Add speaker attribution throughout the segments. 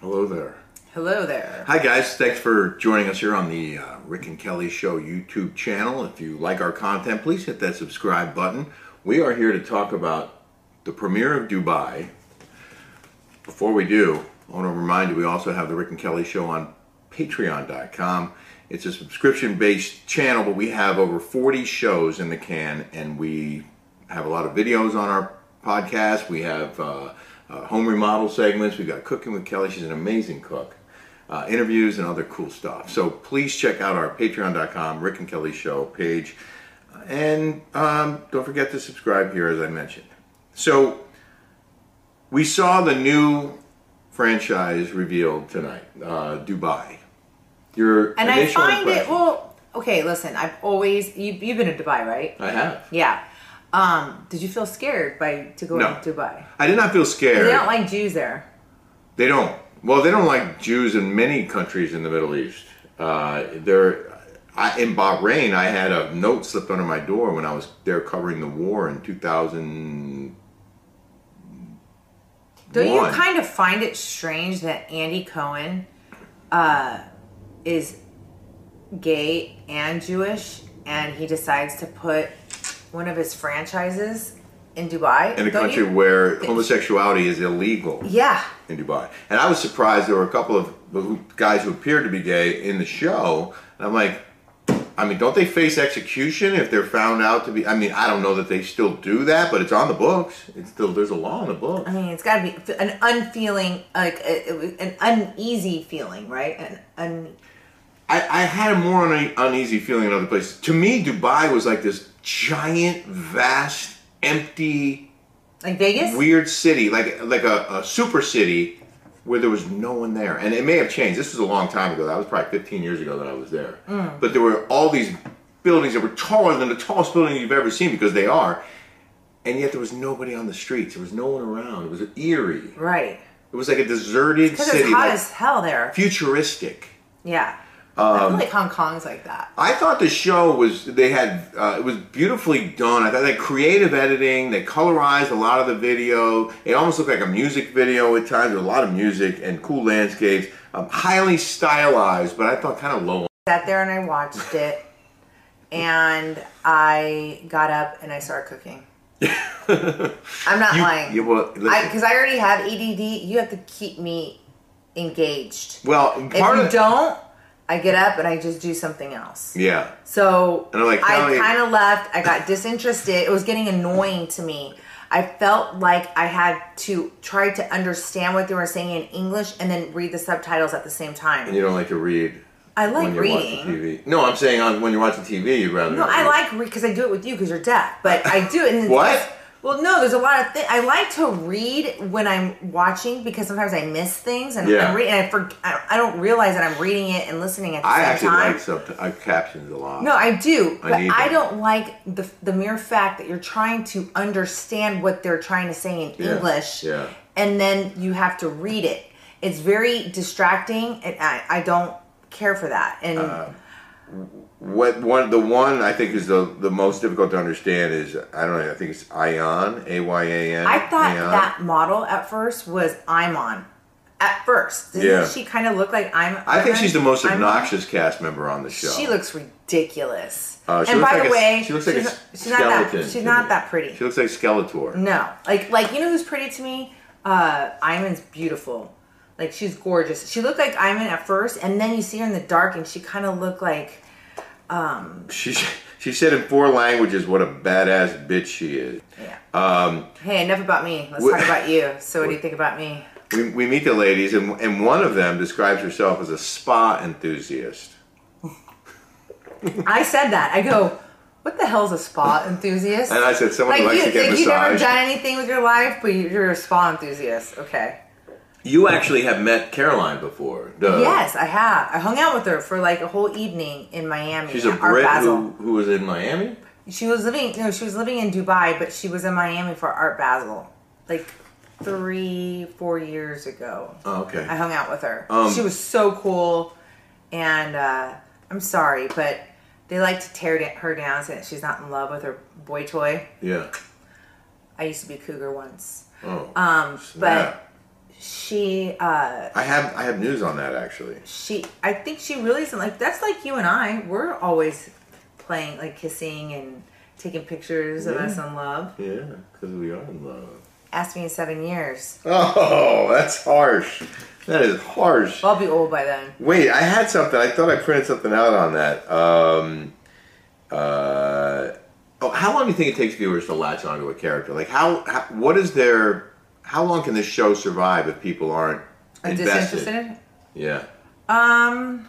Speaker 1: Hello there.
Speaker 2: Hello there.
Speaker 1: Hi, guys. Thanks for joining us here on the uh, Rick and Kelly Show YouTube channel. If you like our content, please hit that subscribe button. We are here to talk about the premiere of Dubai. Before we do, I want to remind you we also have the Rick and Kelly Show on patreon.com. It's a subscription based channel, but we have over 40 shows in the can, and we have a lot of videos on our podcast. We have uh, uh, home remodel segments. We've got Cooking with Kelly. She's an amazing cook. Uh, interviews and other cool stuff. So please check out our patreon.com Rick and Kelly Show page. And um, don't forget to subscribe here, as I mentioned. So we saw the new franchise revealed tonight, uh, Dubai. Your
Speaker 2: And I
Speaker 1: initial
Speaker 2: find it
Speaker 1: impression-
Speaker 2: well. Okay, listen. I've always you, you've been to Dubai, right?
Speaker 1: I have.
Speaker 2: Yeah. Um, did you feel scared by to go
Speaker 1: No.
Speaker 2: to Dubai?
Speaker 1: I did not feel scared.
Speaker 2: They don't like Jews there.
Speaker 1: They don't. Well, they don't like Jews in many countries in the Middle East. Uh, they're I, in Bahrain. I had a note slipped under my door when I was there covering the war in 2000.
Speaker 2: Don't
Speaker 1: One.
Speaker 2: you kind of find it strange that Andy Cohen uh, is gay and Jewish, and he decides to put one of his franchises in Dubai?
Speaker 1: in a
Speaker 2: Don't
Speaker 1: country
Speaker 2: you-
Speaker 1: where homosexuality is illegal
Speaker 2: yeah,
Speaker 1: in Dubai. And I was surprised there were a couple of who- guys who appeared to be gay in the show. And I'm like, I mean, don't they face execution if they're found out to be? I mean, I don't know that they still do that, but it's on the books. It's still there's a law in the books.
Speaker 2: I mean, it's got to be an unfeeling, like a, an uneasy feeling, right? An un.
Speaker 1: I, I had a more une- uneasy feeling in other places. To me, Dubai was like this giant, vast, empty,
Speaker 2: Like Vegas?
Speaker 1: weird city, like like a, a super city where there was no one there. And it may have changed. This was a long time ago. That was probably 15 years ago that I was there.
Speaker 2: Mm.
Speaker 1: But there were all these buildings that were taller than the tallest building you've ever seen because they are. And yet there was nobody on the streets. There was no one around. It was eerie.
Speaker 2: right.
Speaker 1: It was like a deserted
Speaker 2: Because it's
Speaker 1: city,
Speaker 2: hot
Speaker 1: like
Speaker 2: as hell there.
Speaker 1: futuristic.
Speaker 2: Yeah. I
Speaker 1: Um,
Speaker 2: feel like Hong Kong's like that.
Speaker 1: I thought the show was they had uh, it was beautifully done. I thought they had creative editing. They colorized a lot of the video. It almost looked like a music video at times. There was a lot of music and cool landscapes. Um, highly stylized, but I thought kind of low.
Speaker 2: Sat there and I watched it, and I got up and I started cooking. I'm not
Speaker 1: You-
Speaker 2: lying.
Speaker 1: you- well, listen.
Speaker 2: Because I, already have ADD. You have to keep me engaged.
Speaker 1: Well,
Speaker 2: if
Speaker 1: part
Speaker 2: you
Speaker 1: of
Speaker 2: don't, I get up and I just do something else.
Speaker 1: yeah,
Speaker 2: So
Speaker 1: And I'm like,
Speaker 2: I
Speaker 1: Kelly-
Speaker 2: kind of left. I got disinterested. It was getting annoying to me. I felt like I had to try to understand what they were saying in English and then read the subtitles at the same time.
Speaker 1: and you don't like to read.
Speaker 2: I like
Speaker 1: when you're
Speaker 2: reading.
Speaker 1: watching TV. No, I'm saying on when you're watching TV, you'd rather.
Speaker 2: No,
Speaker 1: not
Speaker 2: I
Speaker 1: read.
Speaker 2: like read because I do it with you because you're deaf. But I do it. And
Speaker 1: What?
Speaker 2: Well, no, there's a lot of things. I like to read when I'm watching because sometimes I miss things and
Speaker 1: Yeah.
Speaker 2: I'm reading. And I, for, I don't- I don't realize that I'm reading it and listening at the
Speaker 1: I
Speaker 2: same
Speaker 1: actually
Speaker 2: time.
Speaker 1: like sub uh, captions a lot.
Speaker 2: No, I do,
Speaker 1: I
Speaker 2: but
Speaker 1: need
Speaker 2: I,
Speaker 1: them.
Speaker 2: don't like the the mere fact that you're trying to understand what they're trying to say in
Speaker 1: Yeah,
Speaker 2: English,
Speaker 1: yeah.
Speaker 2: and then you have to read it. It's very distracting, and I, I don't care for that. And
Speaker 1: Uh, What one the one I think is the the most difficult to understand is I don't know I think it's Ion A Y A N.
Speaker 2: I thought
Speaker 1: Ayan.
Speaker 2: that model at first was Imon. At first, didn't
Speaker 1: Yeah.
Speaker 2: she kind of look like I'm?
Speaker 1: I think she's the most
Speaker 2: Imon?
Speaker 1: obnoxious cast member on the show.
Speaker 2: She looks ridiculous.
Speaker 1: Uh, she
Speaker 2: and
Speaker 1: looks
Speaker 2: by
Speaker 1: like
Speaker 2: the
Speaker 1: a-
Speaker 2: way,
Speaker 1: she looks like
Speaker 2: she's,
Speaker 1: a
Speaker 2: not- she's not
Speaker 1: skeleton.
Speaker 2: that she's not that pretty.
Speaker 1: She looks like Skeletor.
Speaker 2: No, like like you know who's pretty to me? Uh, Iman's beautiful. Like she's gorgeous. She looked like Iman at first, and then you see her in the dark, and she kind of looked like
Speaker 1: She she said in four languages what a badass bitch she is.
Speaker 2: yeah. hey, enough about me. Let's
Speaker 1: Um, Wh-
Speaker 2: talk about you. So, what do you think about me?
Speaker 1: We, we meet the ladies and and one of them describes herself as a spa enthusiast.
Speaker 2: I said that. I go. What the hell's a spa enthusiast?
Speaker 1: And I said, someone who
Speaker 2: like
Speaker 1: likes to
Speaker 2: you,
Speaker 1: get
Speaker 2: like you've never
Speaker 1: massaged.
Speaker 2: done anything with your life, but you're a spa enthusiast. Okay.
Speaker 1: You actually have met Caroline before. The,
Speaker 2: Yes, I have. I hung out with her for like a whole evening in Miami.
Speaker 1: She's a
Speaker 2: at Art
Speaker 1: Brit
Speaker 2: Basel.
Speaker 1: who, who was in Miami.
Speaker 2: She was living no, she was living in Dubai, but she was in Miami for Art Basel, like three, four years ago.
Speaker 1: Oh, okay.
Speaker 2: I hung out with her.
Speaker 1: Um,
Speaker 2: she was so cool, and uh, I'm sorry, but they like to tear da- her down, saying that she's not in love with her boy toy.
Speaker 1: yeah.
Speaker 2: I used to be cougar once.
Speaker 1: Oh.
Speaker 2: Um,
Speaker 1: yeah.
Speaker 2: but she, uh,
Speaker 1: I have I have news on that actually.
Speaker 2: she, I think she really isn't like that's like you and I. We're always playing, like kissing and taking pictures of us in love.
Speaker 1: Yeah, because we are in love.
Speaker 2: Ask me in seven years.
Speaker 1: Oh, that's harsh. That is harsh.
Speaker 2: I'll be old by then.
Speaker 1: Wait, I had something. I thought I printed something out on that. Um, uh, oh, how long do you think it takes viewers to latch onto a character? Like, how, how what is their? How long can this show survive if people aren't
Speaker 2: I'm
Speaker 1: invested?
Speaker 2: disinterested.
Speaker 1: Yeah.
Speaker 2: Um,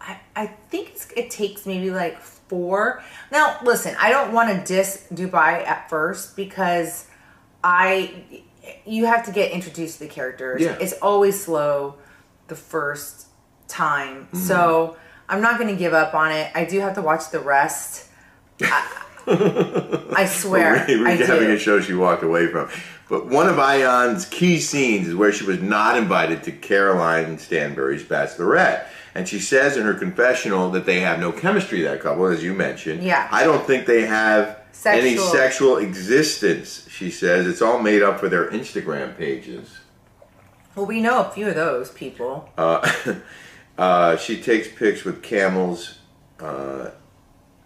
Speaker 2: I, I think it's, it takes maybe like four. Now, listen, I don't want to diss Dubai at first because I, you have to get introduced to the characters.
Speaker 1: Yeah.
Speaker 2: It's always slow the first time.
Speaker 1: Mm-hmm.
Speaker 2: So I'm not going to give up on it. I do have to watch the rest. I, I swear.
Speaker 1: We were
Speaker 2: I
Speaker 1: having
Speaker 2: do.
Speaker 1: a show she walked away from. But one of Ion's key scenes is where she was not invited to Caroline Stanbury's Bachelorette. And she says in her confessional that they have no chemistry, that couple, as you mentioned.
Speaker 2: Yeah.
Speaker 1: I don't think they have any
Speaker 2: Sexual.
Speaker 1: sexual existence, she says. It's all made up for their Instagram pages.
Speaker 2: well, we know a few of those people.
Speaker 1: Uh, she takes pics with camels. Uh,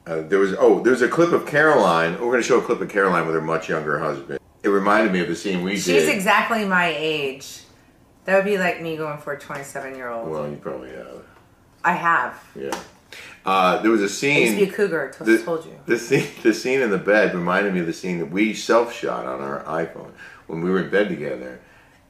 Speaker 1: uh, there was oh, there's a clip of Caroline. We're going to show a clip of Caroline with her much younger husband. It reminded me of the scene we
Speaker 2: She's
Speaker 1: did.
Speaker 2: exactly my age. That would be like me going for a 27 year old.
Speaker 1: Well, you probably have.
Speaker 2: I have.
Speaker 1: Yeah. Uh, there was a
Speaker 2: I used to be a
Speaker 1: scene.
Speaker 2: cougar. I
Speaker 1: The,
Speaker 2: told you.
Speaker 1: The scene, the scene in the bed reminded me of the scene that we self shot on our iPhone when we were in bed together,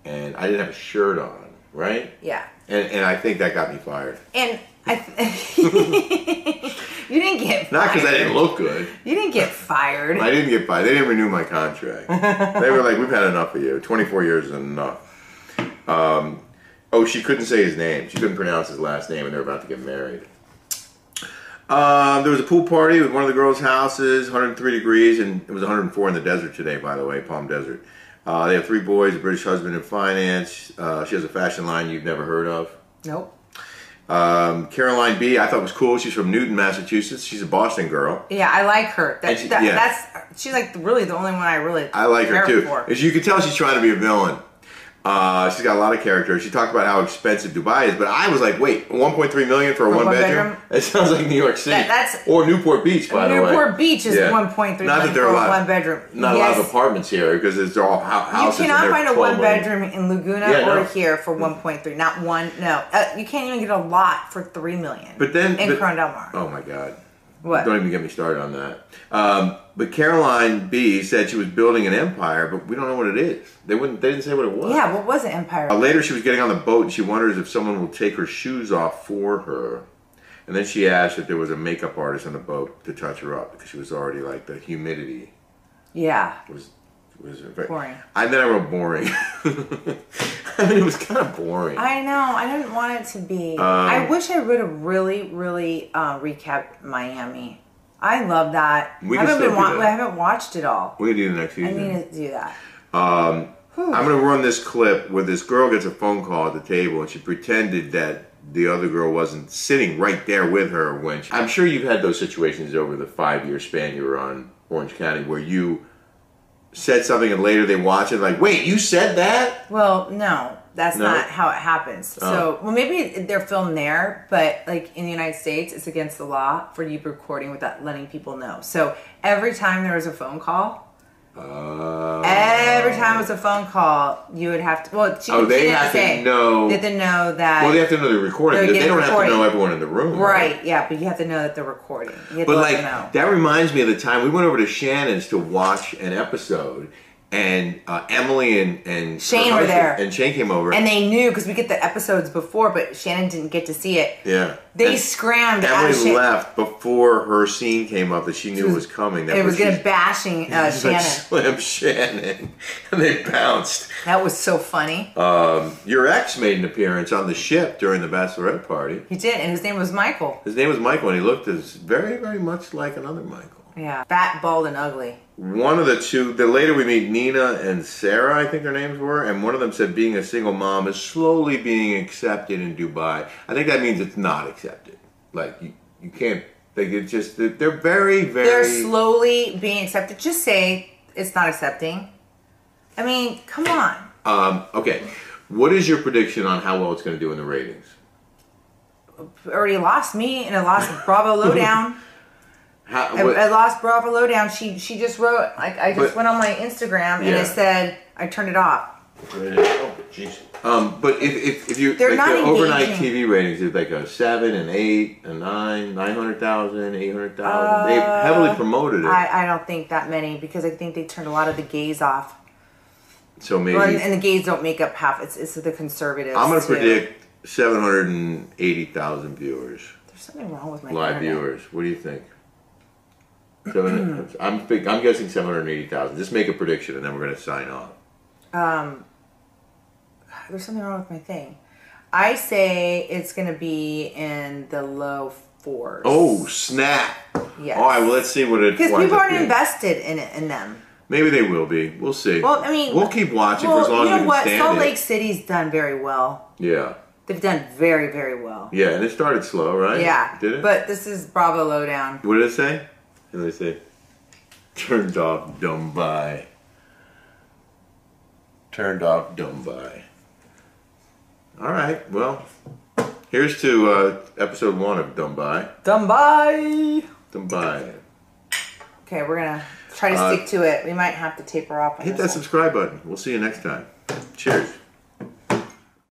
Speaker 1: and I didn't have a shirt on, right?
Speaker 2: Yeah.
Speaker 1: And, and I think that got me fired.
Speaker 2: And I. Th- you didn't get fired.
Speaker 1: Not because I didn't look good.
Speaker 2: You didn't get fired.
Speaker 1: I didn't get fired. They didn't renew my contract. they were like, "We've had enough of you. Twenty-four years is enough." Um, oh, she couldn't say his name. She couldn't pronounce his last name, and they're about to get married. Um, there was a pool party with one of the girls' houses, 103 degrees, and it was 104 in the desert today, by the way, Palm Desert. Uh, they have three boys, a British husband in finance. Uh, she has a fashion line you've never heard of.
Speaker 2: Nope.
Speaker 1: Um, Caroline B, I thought was cool. She's from Newton, Massachusetts. She's a Boston girl.
Speaker 2: Yeah, I like her. That,
Speaker 1: And she-
Speaker 2: that-
Speaker 1: yeah.
Speaker 2: That's she's like really the only one I really.
Speaker 1: I like her
Speaker 2: care
Speaker 1: too.
Speaker 2: for.
Speaker 1: As you can tell, she's trying to be a villain. Uh, she's got a lot of character. She talked about how expensive Dubai is, but I was like, wait, 1.3 million for a one,
Speaker 2: one
Speaker 1: bedroom?
Speaker 2: bedroom?
Speaker 1: That sounds like New York City.
Speaker 2: That- that's-
Speaker 1: or Newport Beach, by the way.
Speaker 2: Newport Beach is
Speaker 1: Yeah.
Speaker 2: 1.3
Speaker 1: Not
Speaker 2: million
Speaker 1: that there are a
Speaker 2: for a
Speaker 1: lot,
Speaker 2: one-bedroom.
Speaker 1: Not a lot
Speaker 2: Yes.
Speaker 1: of apartments here because it's all hou-
Speaker 2: You
Speaker 1: houses. and
Speaker 2: cannot
Speaker 1: they're
Speaker 2: find a
Speaker 1: 12
Speaker 2: one
Speaker 1: million.
Speaker 2: bedroom in Laguna
Speaker 1: Yeah,
Speaker 2: or
Speaker 1: no.
Speaker 2: here for 1.3. Not one. No, uh, you can't even get a lot for three million.
Speaker 1: But then
Speaker 2: in
Speaker 1: but-
Speaker 2: Corona Del Mar.
Speaker 1: Oh my God.
Speaker 2: what?
Speaker 1: Don't even get me started on that. Um, but Caroline B said she was building an empire, but we don't know what it is. They wouldn't. They didn't say what it was.
Speaker 2: Yeah, what was it, Empire?
Speaker 1: Uh, Later, she was getting on the boat and she wonders if someone will take her shoes off for her. And then she asked if there was a makeup artist on the boat to touch her up because she was already like the humidity
Speaker 2: Yeah.
Speaker 1: was was very,
Speaker 2: Boring.
Speaker 1: And then I wrote boring. I mean, it was kind of boring.
Speaker 2: I know. I didn't want it to be.
Speaker 1: Um,
Speaker 2: I wish I would have really, really uh, recapped Miami. I love that.
Speaker 1: We
Speaker 2: I
Speaker 1: can
Speaker 2: haven't
Speaker 1: still
Speaker 2: been
Speaker 1: do
Speaker 2: wa-
Speaker 1: that.
Speaker 2: I haven't watched it all.
Speaker 1: We're gonna do the next
Speaker 2: I
Speaker 1: season.
Speaker 2: need to do that.
Speaker 1: I'm gonna run this clip where this girl gets a phone call at the table and she pretended that the other girl wasn't sitting right there with her when she, I'm sure you've had those situations over the five year span you were on Orange County where you said something and later they watch it like, wait, you said that?
Speaker 2: Well, no, that's
Speaker 1: No? Oh.
Speaker 2: not how it happens. So, well, maybe they're filmed there, but like in the United States, it's against the law for you recording without letting people know. So every time there was a phone call, Uh, every time it was a phone call, you would have to. Well, she,
Speaker 1: Oh, they
Speaker 2: she didn't
Speaker 1: have to
Speaker 2: say.
Speaker 1: know-
Speaker 2: They have to know that.
Speaker 1: Well, they have to know the recording.
Speaker 2: They're
Speaker 1: They
Speaker 2: getting
Speaker 1: don't have to know
Speaker 2: recorded.
Speaker 1: everyone in the room.
Speaker 2: Right, yeah, but you have to know that they're recording. You have to
Speaker 1: But
Speaker 2: let
Speaker 1: like
Speaker 2: them know.
Speaker 1: that reminds me of the time we went over to Shannon's to watch an episode, and uh, Emily and and her
Speaker 2: Shane were
Speaker 1: husband-
Speaker 2: there.
Speaker 1: and Shane came over.
Speaker 2: And they knew because we get the episodes before, but Shannon didn't get to see it.
Speaker 1: yeah,
Speaker 2: They
Speaker 1: And
Speaker 2: scrammed. out
Speaker 1: Emily
Speaker 2: of Shan-
Speaker 1: left before her scene came up that she knew was, coming. That
Speaker 2: It was
Speaker 1: she's-
Speaker 2: gonna bashing uh,
Speaker 1: she's like, Slim
Speaker 2: Shannon.
Speaker 1: Shannon, and they bounced. Um,
Speaker 2: That was so funny.
Speaker 1: Uh. Your ex made an appearance on the ship during the bachelorette party.
Speaker 2: he did, and his name was Michael.
Speaker 1: His name was Michael, and he looked as very, very much like another Michael.
Speaker 2: Yeah, fat, bald, and ugly.
Speaker 1: One of the two, the later we meet Nina and Sarah, I think their names were, and one of them said being a single mom is slowly being accepted in Dubai. I think that means it's not accepted. Like you, you can't. Like it's just they're- they're very, very.
Speaker 2: They're slowly being accepted. Just say it's not accepting. I mean, come on.
Speaker 1: um, okay, what is your prediction on how well it's going to do in the ratings?
Speaker 2: Already lost me, and I lost Bravo Lowdown.
Speaker 1: How,
Speaker 2: I,
Speaker 1: what-
Speaker 2: I lost Bravo Lowdown. She she just wrote like I just
Speaker 1: But-
Speaker 2: went on my Instagram and
Speaker 1: Yeah.
Speaker 2: it said I turned it off.
Speaker 1: Oh, jeez. Um, but if, if, if you
Speaker 2: They're
Speaker 1: like
Speaker 2: not
Speaker 1: the overnight
Speaker 2: engaging.
Speaker 1: TV ratings is like a seven, an eight, a nine, nine hundred thousand, eight hundred thousand. They've heavily promoted it,
Speaker 2: Uh, I, I don't think that many because I think they turned a lot of the gays off.
Speaker 1: so maybe
Speaker 2: Well, and, and the gays don't make up half. It's it's the conservatives.
Speaker 1: I'm going to
Speaker 2: too.
Speaker 1: predict seven hundred and eighty thousand viewers,
Speaker 2: There's something wrong with my
Speaker 1: live
Speaker 2: internet.
Speaker 1: viewers. What do you think? Seven, I'm think- I'm guessing seven hundred eighty thousand. Just make a prediction, and then we're going to sign off.
Speaker 2: There's something wrong with my thing. I say it's gonna be in the low fours.
Speaker 1: Oh snap!
Speaker 2: Yes.
Speaker 1: All right, well let's see what it.
Speaker 2: because
Speaker 1: winds
Speaker 2: people
Speaker 1: up
Speaker 2: aren't
Speaker 1: being.
Speaker 2: invested in it in them.
Speaker 1: Maybe they will be. We'll see.
Speaker 2: Well, I mean,
Speaker 1: we'll keep watching for as
Speaker 2: well,
Speaker 1: long
Speaker 2: you know
Speaker 1: as we can
Speaker 2: what?
Speaker 1: stand
Speaker 2: Salt
Speaker 1: it.
Speaker 2: Lake City's done very well.
Speaker 1: Yeah.
Speaker 2: They've done very very well.
Speaker 1: Yeah, and it started slow, right?
Speaker 2: Yeah,
Speaker 1: Did it?
Speaker 2: but this is Bravo Lowdown.
Speaker 1: what did it say? And they say, turned off dumb by. Turned off dumb by. All right, well, here's to uh, episode one of Dumb by.
Speaker 2: Done by.
Speaker 1: Dumb by.
Speaker 2: Okay, we're gonna try to
Speaker 1: Uh,
Speaker 2: stick to it. We might have to taper off. On
Speaker 1: Hit
Speaker 2: this
Speaker 1: that subscribe button. We'll see you next time. Cheers.